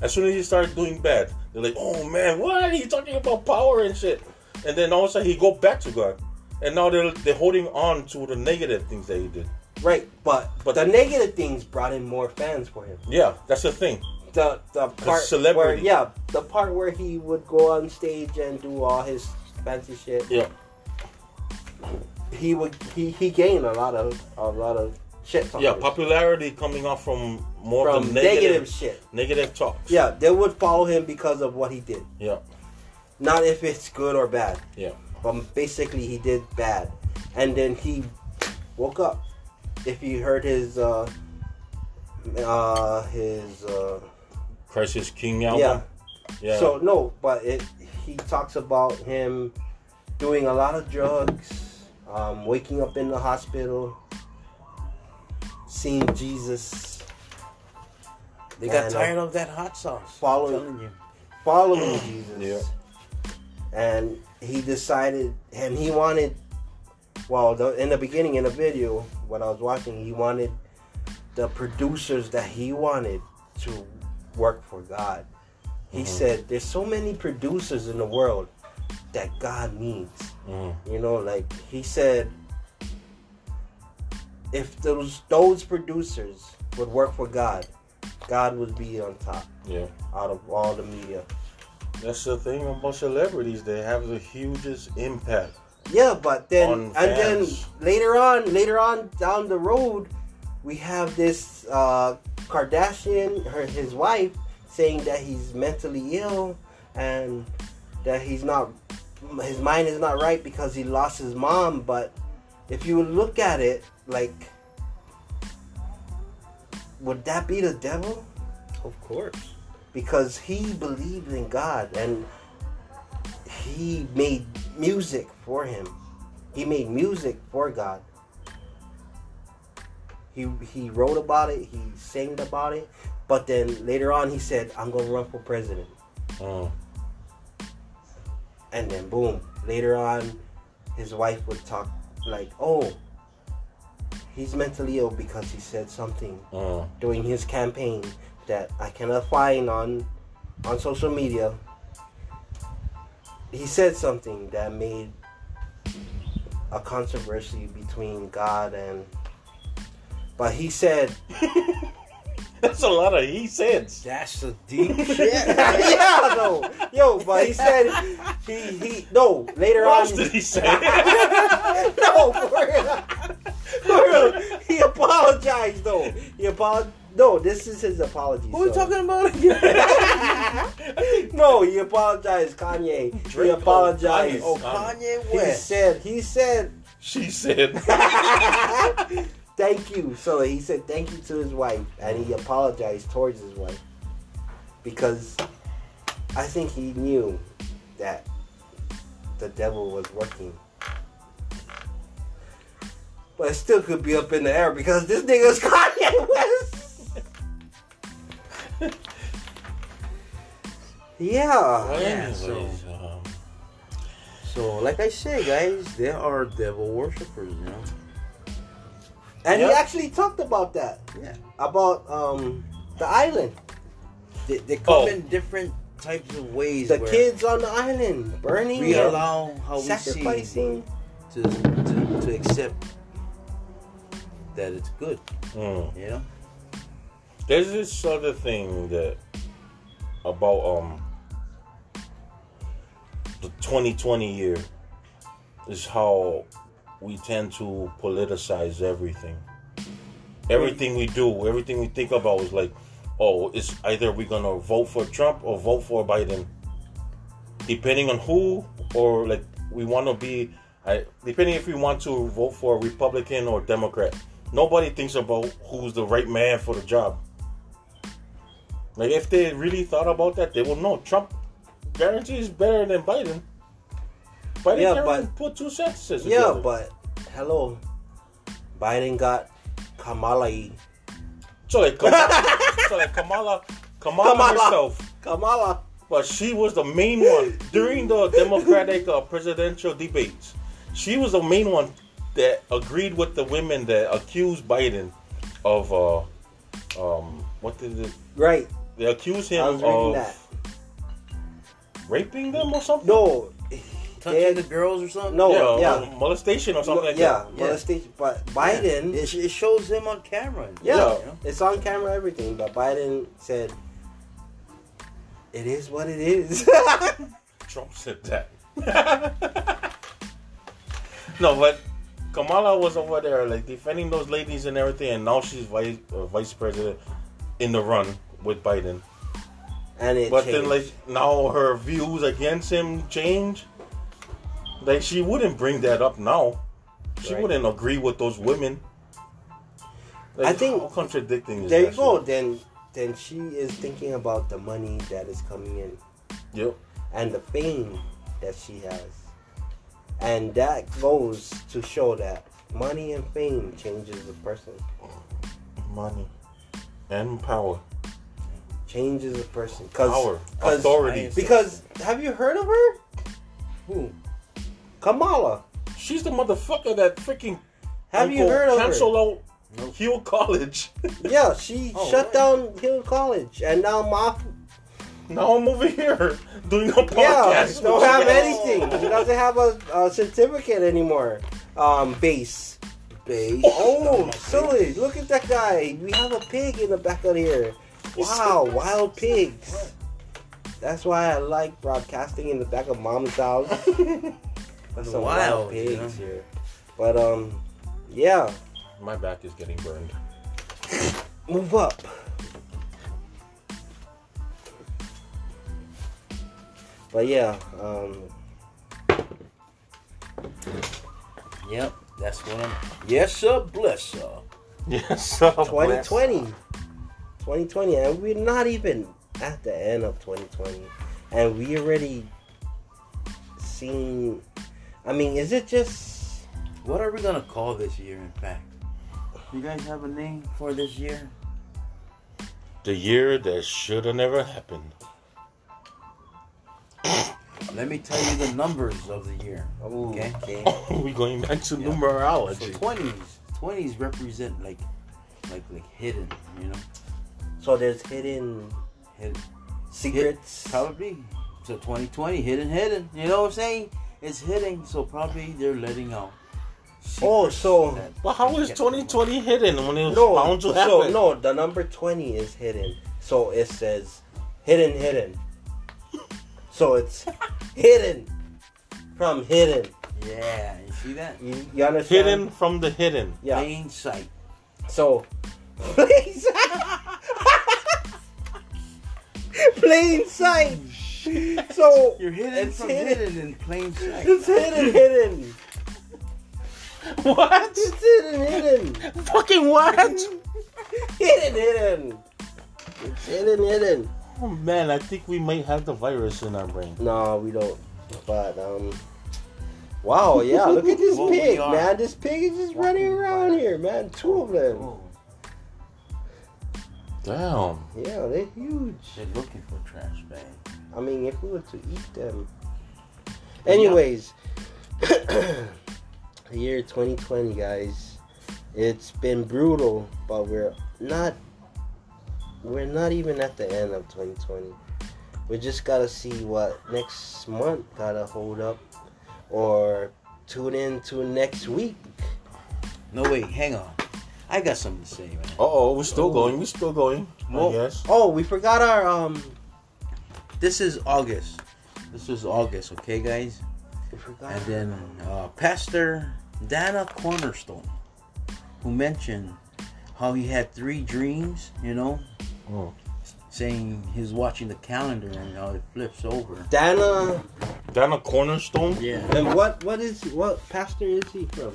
Speaker 2: As soon as he started doing bad, they're like, "Oh man, what are you talking about power and shit?" And then all of a sudden he go back to God, and now they're they're holding on to the negative things that he did.
Speaker 1: right. But but
Speaker 2: But-
Speaker 1: the negative things brought in more fans for him.
Speaker 2: Yeah, that's the thing.
Speaker 1: the the part where
Speaker 2: celebrity.
Speaker 1: yeah the part where he would go on stage and do all his fancy shit
Speaker 2: Yeah.
Speaker 1: he would he, he gained a lot of a lot of shit from
Speaker 2: Yeah,
Speaker 1: it.
Speaker 2: popularity coming off from more of
Speaker 1: from
Speaker 2: the negative
Speaker 1: negative, shit
Speaker 2: negative talks.
Speaker 1: yeah they would follow him because of what he did
Speaker 2: Yeah.
Speaker 1: not if it's good or bad
Speaker 2: Yeah.
Speaker 1: but basically he did bad and then he woke up if you heard his uh uh his uh
Speaker 2: Christ is King
Speaker 1: yeah
Speaker 2: album. Yeah.
Speaker 1: So no, but it he talks about him doing a lot of drugs, um, waking up in the hospital, seeing Jesus,
Speaker 3: They got
Speaker 1: And, uh,
Speaker 3: tired of that hot sauce.
Speaker 1: follow-
Speaker 3: I'm telling you.
Speaker 1: following Jesus,
Speaker 2: Yeah.
Speaker 1: and he decided and he wanted. Well, the, in the beginning, in the video when I was watching, he wanted the producers that he wanted to work for God.
Speaker 2: Mm-hmm.
Speaker 1: He said, "There's so many producers in the world that God needs."
Speaker 2: Mhm.
Speaker 1: You know, like he said, if those those producers would work for God, God would be on top
Speaker 2: Yeah.
Speaker 1: out of all the media.
Speaker 2: That's the thing about celebrities. They have the hugest impact.
Speaker 1: Yeah, but then
Speaker 2: On
Speaker 1: and then
Speaker 2: fans.
Speaker 1: later on, later on down the road, we have this uh, Kardashian, her his wife, saying that he's mentally ill and that he's not his mind is not right because he lost his mom. But if you look at it, like, would that be the devil?
Speaker 3: Of course.
Speaker 1: because he believed in God and he made music for him. He made music for God. He he wrote about it, he sang about it, but then later on he said, "I'm going to run for president."
Speaker 2: Mm.
Speaker 1: And then boom, later on his wife would talk like, "Oh, he's mentally ill because he said something
Speaker 2: Mm.
Speaker 1: during his campaign that I cannot find on on social media. He said something that made a controversy between God and but he said (laughs)
Speaker 2: That's a lot of he says.
Speaker 3: That's a (laughs) deep
Speaker 1: yeah,
Speaker 3: shit.
Speaker 1: yeah no yo but he said he he no later
Speaker 2: What else
Speaker 1: on
Speaker 2: did he say?
Speaker 1: (laughs) no, for real. (laughs) For real. He apologized though. He apologized. No, this is his apology.
Speaker 3: Who we
Speaker 1: so-
Speaker 3: talking about
Speaker 4: (laughs)
Speaker 3: again?
Speaker 1: no, he apologized, Kanye. he
Speaker 2: Drake- oh,
Speaker 1: apologized.
Speaker 3: oh, Kanye
Speaker 1: he
Speaker 3: West.
Speaker 1: said, he said,
Speaker 2: she said.
Speaker 1: thank you. So he said thank you to his wife, and he apologized towards his wife because I think he knew that the devil was working. But it still could be up in the air because this nigga's (laughs) Kanye
Speaker 3: (laughs)
Speaker 1: West. yeah.
Speaker 3: Yeah, so-
Speaker 2: Anyways, um,
Speaker 3: so, like I say, guys, there are devil worshippers, you know.
Speaker 1: And he
Speaker 2: Yep.
Speaker 1: actually talked about that.
Speaker 3: Yeah.
Speaker 1: About um the island.
Speaker 3: They, they come
Speaker 2: Oh.
Speaker 3: in different types of ways.
Speaker 1: The
Speaker 3: where
Speaker 1: kids on the island burning
Speaker 3: We
Speaker 1: and
Speaker 3: allow how we see
Speaker 1: sacrificing.
Speaker 3: to, to to accept that it's good,
Speaker 2: (laughs) mm.
Speaker 3: you know.
Speaker 2: There's this other thing that about um the 2020 year is how we tend to politicize everything. Everything we do, everything we think about is like, oh, it's either we're gonna vote for Trump or vote for Biden. depending on who or like we want to be, I, depending if we want to vote for a Republican or Democrat. Nobody thinks about who's the right man for the job. Like if they really thought about that, they would know Trump guarantees better than Biden. Biden
Speaker 1: Yeah,
Speaker 2: can't
Speaker 1: but-
Speaker 2: even put two sentences.
Speaker 1: Yeah,
Speaker 2: together.
Speaker 1: but hello, Biden got Kamala.
Speaker 2: so like Kamala,
Speaker 1: (laughs)
Speaker 2: so like Kamala, Kamala,
Speaker 1: Kamala.
Speaker 2: herself,
Speaker 1: Kamala.
Speaker 2: but she was the main one during the Democratic uh, presidential debates. She was the main one that agreed with the women that accused Biden of uh, um, what did it,
Speaker 1: Right.
Speaker 2: they accuse him
Speaker 1: I was reading
Speaker 2: of
Speaker 1: that.
Speaker 2: raping them or something?
Speaker 1: No.
Speaker 3: Touching
Speaker 1: they-
Speaker 3: the girls or something?
Speaker 1: No,
Speaker 2: yeah, or
Speaker 1: yeah.
Speaker 2: molestation or something like
Speaker 1: yeah,
Speaker 2: that.
Speaker 1: yeah, molestation. But Biden,
Speaker 3: It, sh- it shows him on camera.
Speaker 1: yeah,
Speaker 2: Yeah.
Speaker 1: it's on camera, everything. But Biden said, "It is what it is." (laughs)
Speaker 2: Trump said that. (laughs) no, but Kamala was over there like defending those ladies and everything, and now she's vice uh, vice president in the run with Biden.
Speaker 1: and it
Speaker 2: But
Speaker 1: changed.
Speaker 2: then like now her views against him change. Like she wouldn't bring that up now. She
Speaker 1: Right.
Speaker 2: wouldn't agree with those women. Like,
Speaker 1: I think-
Speaker 2: how contradicting is
Speaker 1: there you
Speaker 2: that
Speaker 1: go.
Speaker 2: shit?
Speaker 1: Then, then she is thinking about the money that is coming in
Speaker 2: Yep.
Speaker 1: and the fame that she has, and that goes to show that money and fame changes the person,
Speaker 2: Money and power.
Speaker 1: changes the person. Cause,
Speaker 2: Power.
Speaker 1: 'cause-
Speaker 2: Authority.
Speaker 1: Because have you heard of her?
Speaker 3: Who?
Speaker 1: Kamala.
Speaker 2: She's the motherfucker that freaking
Speaker 1: Have you
Speaker 2: Uncle
Speaker 1: heard of her?
Speaker 2: cancel out
Speaker 3: Nope.
Speaker 2: Hill College. (laughs)
Speaker 1: Yeah, she
Speaker 3: Oh,
Speaker 1: shut
Speaker 3: right.
Speaker 1: down Hill College, and now my
Speaker 2: now I'm over here doing a
Speaker 1: yeah
Speaker 2: podcast.
Speaker 1: don't
Speaker 2: with
Speaker 1: have
Speaker 2: you.
Speaker 1: anything. She doesn't have a, a certificate anymore. Um, base.
Speaker 3: Babe.
Speaker 1: Oh, silly! Look at that guy. We have a pig in the back of here. Wow, wild pigs. That's why I like broadcasting in the back of mom's house. That's some wild,
Speaker 3: Wild, you
Speaker 1: pigs here. But um, yeah,
Speaker 2: My back is getting burned.
Speaker 1: move up. But yeah, um,
Speaker 3: Yep, that's what I'm. Yes, sir. Bless, sir.
Speaker 2: Yes, (laughs) so
Speaker 1: 2020. 2020, and we're not even at the end of 2020. And we already seen. I mean, is it just.
Speaker 3: What are we gonna call this year? In fact, you guys have a name for this year?
Speaker 2: The year that should have never happened.
Speaker 3: Let me tell you the numbers of the year. Okay.
Speaker 1: okay.
Speaker 2: (laughs) we going back to
Speaker 3: Yeah. So
Speaker 2: numerology.
Speaker 3: twenties, twenties represent like, like, like hidden. You know,
Speaker 1: So there's hidden
Speaker 3: hidden.
Speaker 1: secrets.
Speaker 3: Probably. So 2020, hidden, hidden. You know what I'm saying? It's hitting, so probably they're letting out.
Speaker 1: Oh, so-
Speaker 3: secrets that-
Speaker 2: But how is 2020 hidden when it was
Speaker 1: no,
Speaker 2: bound to happen?
Speaker 1: so, no, the number 20 is hidden. So it says hidden, hidden. So it's (laughs) hidden from hidden.
Speaker 3: Yeah, you see that?
Speaker 1: You, you understand?
Speaker 2: Hidden from the hidden.
Speaker 1: Yeah.
Speaker 3: Plain sight.
Speaker 1: So, please, plain sight. So
Speaker 3: You're hidden
Speaker 1: it's
Speaker 3: from
Speaker 1: hidden.
Speaker 3: hidden. in plain sight.
Speaker 1: It's hidden, hidden.
Speaker 2: (laughs) What?
Speaker 1: It's hidden, hidden,
Speaker 2: Fucking what?
Speaker 1: hidden, hidden. It's hidden, hidden.
Speaker 2: oh man, I think we might have the virus in our brain.
Speaker 1: No, we don't. But um, wow, yeah. Look at this
Speaker 3: Well, we
Speaker 1: pig,
Speaker 3: are-
Speaker 1: man. This pig is just running
Speaker 3: Walking
Speaker 1: around
Speaker 3: by.
Speaker 1: here, man. Two of them.
Speaker 3: Oh,
Speaker 2: Damn.
Speaker 1: Yeah, they're huge.
Speaker 3: they're looking for trash bags.
Speaker 1: I mean, if we were to eat them. Anyways, (clears throat) the year 2020, guys. It's been brutal, but we're not. We're not even at the end of 2020. We just gotta see what next month gotta hold up, or tune in to next week.
Speaker 3: No, wait, hang on. I got something to say, man.
Speaker 2: Uh oh, we're still going. We're still going.
Speaker 3: Well-
Speaker 2: I guess.
Speaker 1: Oh, we forgot our um.
Speaker 3: This is August. This is August, okay, guys?
Speaker 1: We forgot.
Speaker 3: And then uh, Pastor Dana Cornerstone, who mentioned how he had three dreams, you know?
Speaker 2: Oh.
Speaker 3: saying he's watching the calendar and how it flips over.
Speaker 1: Dana,
Speaker 2: Dana (laughs) Cornerstone.
Speaker 3: Yeah.
Speaker 1: and what what is what pastor is he from?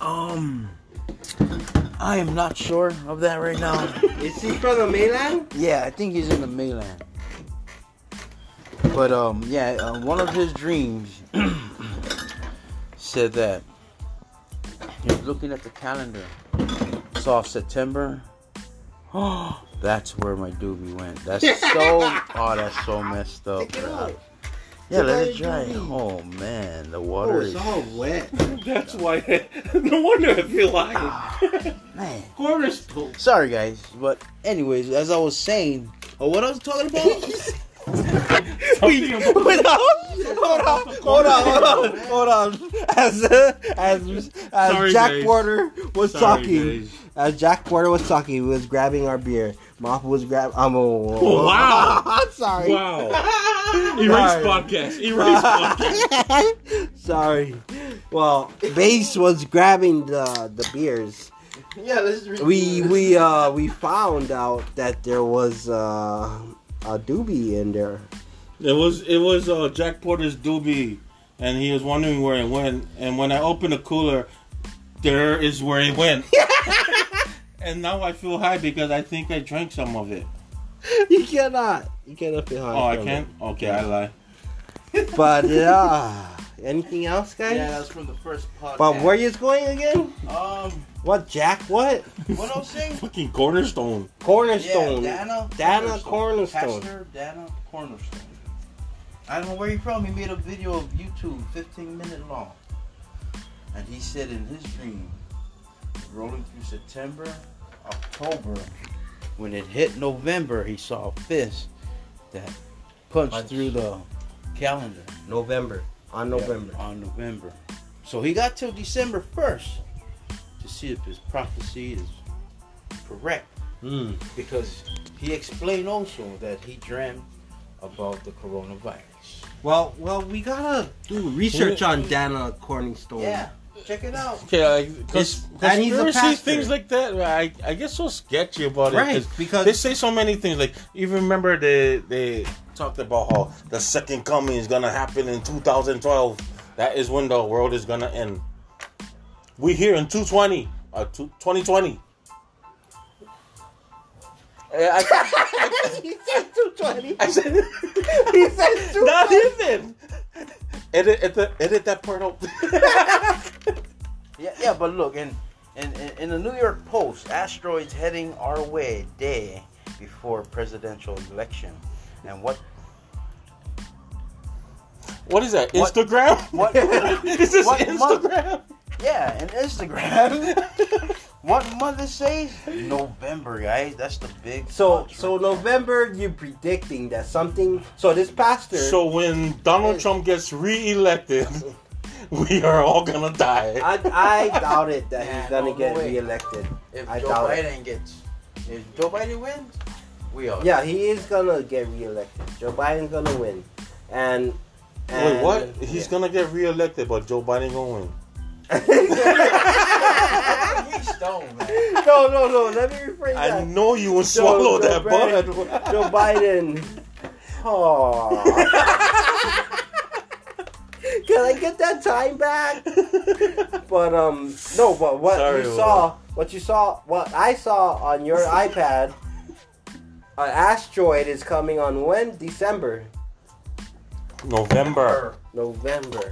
Speaker 3: Um, I am not sure of that right now.
Speaker 1: Is he from the mainland?
Speaker 3: yeah, I think he's in the mainland. But um, yeah, uh, one of his dreams (clears throat) said that he was looking at the calendar, saw September. (gasps) Oh, that's where my doobie went. That's so. oh, that's so messed up.
Speaker 1: Check it
Speaker 3: bro.
Speaker 1: out.
Speaker 3: Yeah, let it
Speaker 1: Take out
Speaker 3: dry.
Speaker 1: your
Speaker 3: Oh man, the water
Speaker 1: Oh,
Speaker 3: is
Speaker 1: it's all wet.
Speaker 2: That's why. no wonder I feel like
Speaker 3: man.
Speaker 1: Cornerstone.
Speaker 3: Sorry guys, but anyways, as I was saying, oh, what I was talking
Speaker 1: (laughs)
Speaker 3: about?
Speaker 2: it.
Speaker 3: Wait, hold on, hold on, hold on, hold on, hold on. As as as
Speaker 2: Sorry,
Speaker 3: Jack
Speaker 2: guys.
Speaker 3: Porter was
Speaker 2: Sorry,
Speaker 3: talking,
Speaker 2: guys.
Speaker 1: As Jack Porter was talking, he was grabbing our beer. Mop was grab. I'm (laughs)
Speaker 2: Oh, wow.
Speaker 1: I'm sorry.
Speaker 2: Wow. (laughs) Erase
Speaker 1: Sorry.
Speaker 2: podcast. (laughs) Erase podcast.
Speaker 1: (laughs) Sorry. Well, Bass was grabbing the the beers.
Speaker 5: Yeah, let's read.
Speaker 1: We we uh we found out that there was uh a doobie in there.
Speaker 2: It was it was uh, Jack Porter's doobie, and he was wondering where it went. And when I opened the cooler, there is where it (laughs) went. and now I feel high because I think I drank some of it.
Speaker 1: You cannot. You cannot feel hot.
Speaker 2: Oh, I can't. Okay, I lie.
Speaker 1: But yeah. Anything else, guys?
Speaker 3: yeah, that's from the first podcast.
Speaker 1: But where you going again?
Speaker 3: Um,
Speaker 1: What Jack? What
Speaker 3: what I was saying?
Speaker 2: Fucking cornerstone.
Speaker 1: Cornerstone?
Speaker 3: oh Yeah, Dana.
Speaker 1: Dana Cornerstone.
Speaker 3: Pastor Dana Cornerstone. I don't know where he from. He made a video of YouTube, 15 minute long. And he said in his dream, rolling through September, October, when it hit November, he saw a fist that punched
Speaker 1: Punch.
Speaker 3: through the calendar
Speaker 1: November. On November.
Speaker 3: on November. So he got till December 1st to see if his prophecy is correct
Speaker 1: Hmm.
Speaker 3: because he explained also that he dreamt about the coronavirus.
Speaker 1: Well, well, we gotta do research on Dana Cornerstone.
Speaker 3: Yeah, check it out.
Speaker 2: Okay, like
Speaker 1: It's-
Speaker 2: cons-
Speaker 1: and he's a
Speaker 2: conspiracy
Speaker 1: pastor.
Speaker 2: things like that, I I get so sketchy about
Speaker 1: Right,
Speaker 2: it 'cause
Speaker 1: because-
Speaker 2: they say so many things. Like even remember they they talked about how the second coming is gonna happen in 2012. That is when the world is gonna end. We here in 220, uh, two- 2020. Eh, I,
Speaker 1: (laughs) he said
Speaker 3: (laughs)
Speaker 1: 220.
Speaker 2: I said,
Speaker 1: He said
Speaker 2: (laughs) not even. Edit, edit, edit that part out. (laughs)
Speaker 3: Yeah, yeah, but look, in, in, in- in the New York Post, asteroids heading our way day before presidential election. And what
Speaker 2: what is that?
Speaker 3: What-
Speaker 2: Instagram?
Speaker 1: (laughs)
Speaker 3: what
Speaker 2: (laughs) is this
Speaker 3: what month?
Speaker 2: Instagram?
Speaker 3: yeah, and Instagram. what mother says? (laughs) November, guys. That's the big
Speaker 1: So,
Speaker 3: culture.
Speaker 1: so November, you're predicting that something. So this pastor.
Speaker 2: So when Donald Trump gets re-elected, (laughs) we are all gonna die.
Speaker 1: I,
Speaker 2: (laughs)
Speaker 1: I doubt it that
Speaker 3: Nah,
Speaker 1: he's gonna
Speaker 3: no, no
Speaker 1: get
Speaker 3: way.
Speaker 1: reelected.
Speaker 3: if
Speaker 1: I
Speaker 3: Joe
Speaker 1: doubt it.
Speaker 3: Biden gets if Joe Biden wins, we are
Speaker 1: Yeah, he is gonna get reelected. Joe Biden's gonna win, and. and
Speaker 2: Wait, what?
Speaker 1: (laughs)
Speaker 2: He's gonna get re-elected, but Joe Biden gonna win.
Speaker 3: (laughs) He's stoned, man.
Speaker 1: no, no, no. Let me rephrase that.
Speaker 2: I know you will swallow
Speaker 1: Joe
Speaker 2: that
Speaker 1: Biden.
Speaker 2: bud. (laughs)
Speaker 1: Joe Biden. Oh. Can I get that time back? But um, no. But what
Speaker 2: Sorry,
Speaker 1: you
Speaker 2: Will.
Speaker 1: saw, what you saw, what I saw on
Speaker 2: (laughs)
Speaker 1: your iPad, an asteroid is coming on when December,
Speaker 2: November.
Speaker 1: November.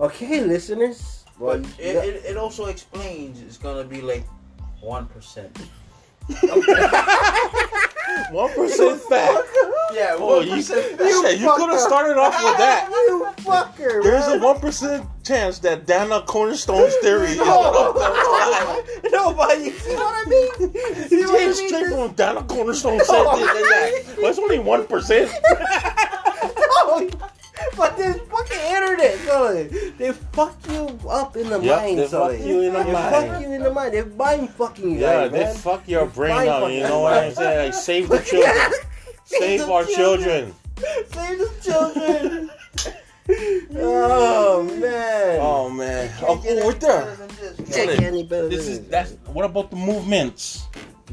Speaker 1: Okay, listeners. Well,
Speaker 3: But it,
Speaker 1: yeah.
Speaker 3: it, it also explains it's gonna be like one percent.
Speaker 2: (laughs) One percent fat.
Speaker 3: Yeah,
Speaker 2: Oh, you, shit, you could have started off with that.
Speaker 1: you fucker.
Speaker 2: There's a
Speaker 1: man.
Speaker 2: one percent chance that Dana Cornerstone's theory. (laughs)
Speaker 1: (laughs) No, no, but you see what I mean? You
Speaker 2: (laughs)
Speaker 1: Oh, see
Speaker 2: He
Speaker 1: what I
Speaker 2: came
Speaker 1: mean?
Speaker 2: straight
Speaker 1: This-
Speaker 2: from Dana Cornerstone said this and that. That's only one percent.
Speaker 1: No, but this fucking internet, son, they fuck you up in the
Speaker 2: Yep,
Speaker 1: mind,
Speaker 2: they
Speaker 1: son.
Speaker 2: fuck you in the
Speaker 1: they fuck
Speaker 2: mind.
Speaker 1: you in the mind. They mind fucking you,
Speaker 2: Yeah,
Speaker 1: like,
Speaker 2: they
Speaker 1: man.
Speaker 2: fuck your brain
Speaker 1: mind
Speaker 2: out.
Speaker 1: fucking
Speaker 2: You know what I'm
Speaker 1: mind.
Speaker 2: saying? Like,
Speaker 1: (laughs)
Speaker 2: save the children.
Speaker 1: Save
Speaker 2: Save
Speaker 1: the
Speaker 2: our
Speaker 1: children.
Speaker 2: children.
Speaker 1: Save the children. (laughs) oh man.
Speaker 2: Oh man. Oh, we're there.
Speaker 1: Can't get any better
Speaker 2: This
Speaker 1: than
Speaker 2: is that's. What about the movements?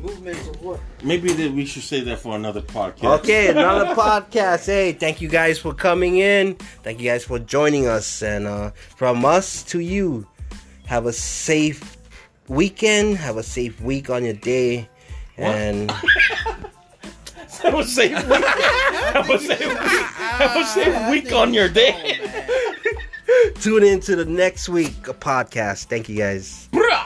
Speaker 4: Movements of what?
Speaker 2: Maybe that we should say that for another podcast. (laughs)
Speaker 1: Okay, another podcast. Hey, thank you guys for coming in. Thank you guys for joining us. And uh, from us to you, have a safe weekend. Have a safe week on your day. And
Speaker 2: I would say week. I would say week. (laughs) I would say week on your day.
Speaker 1: tune in to the next week podcast. Thank you guys.
Speaker 2: Bruh.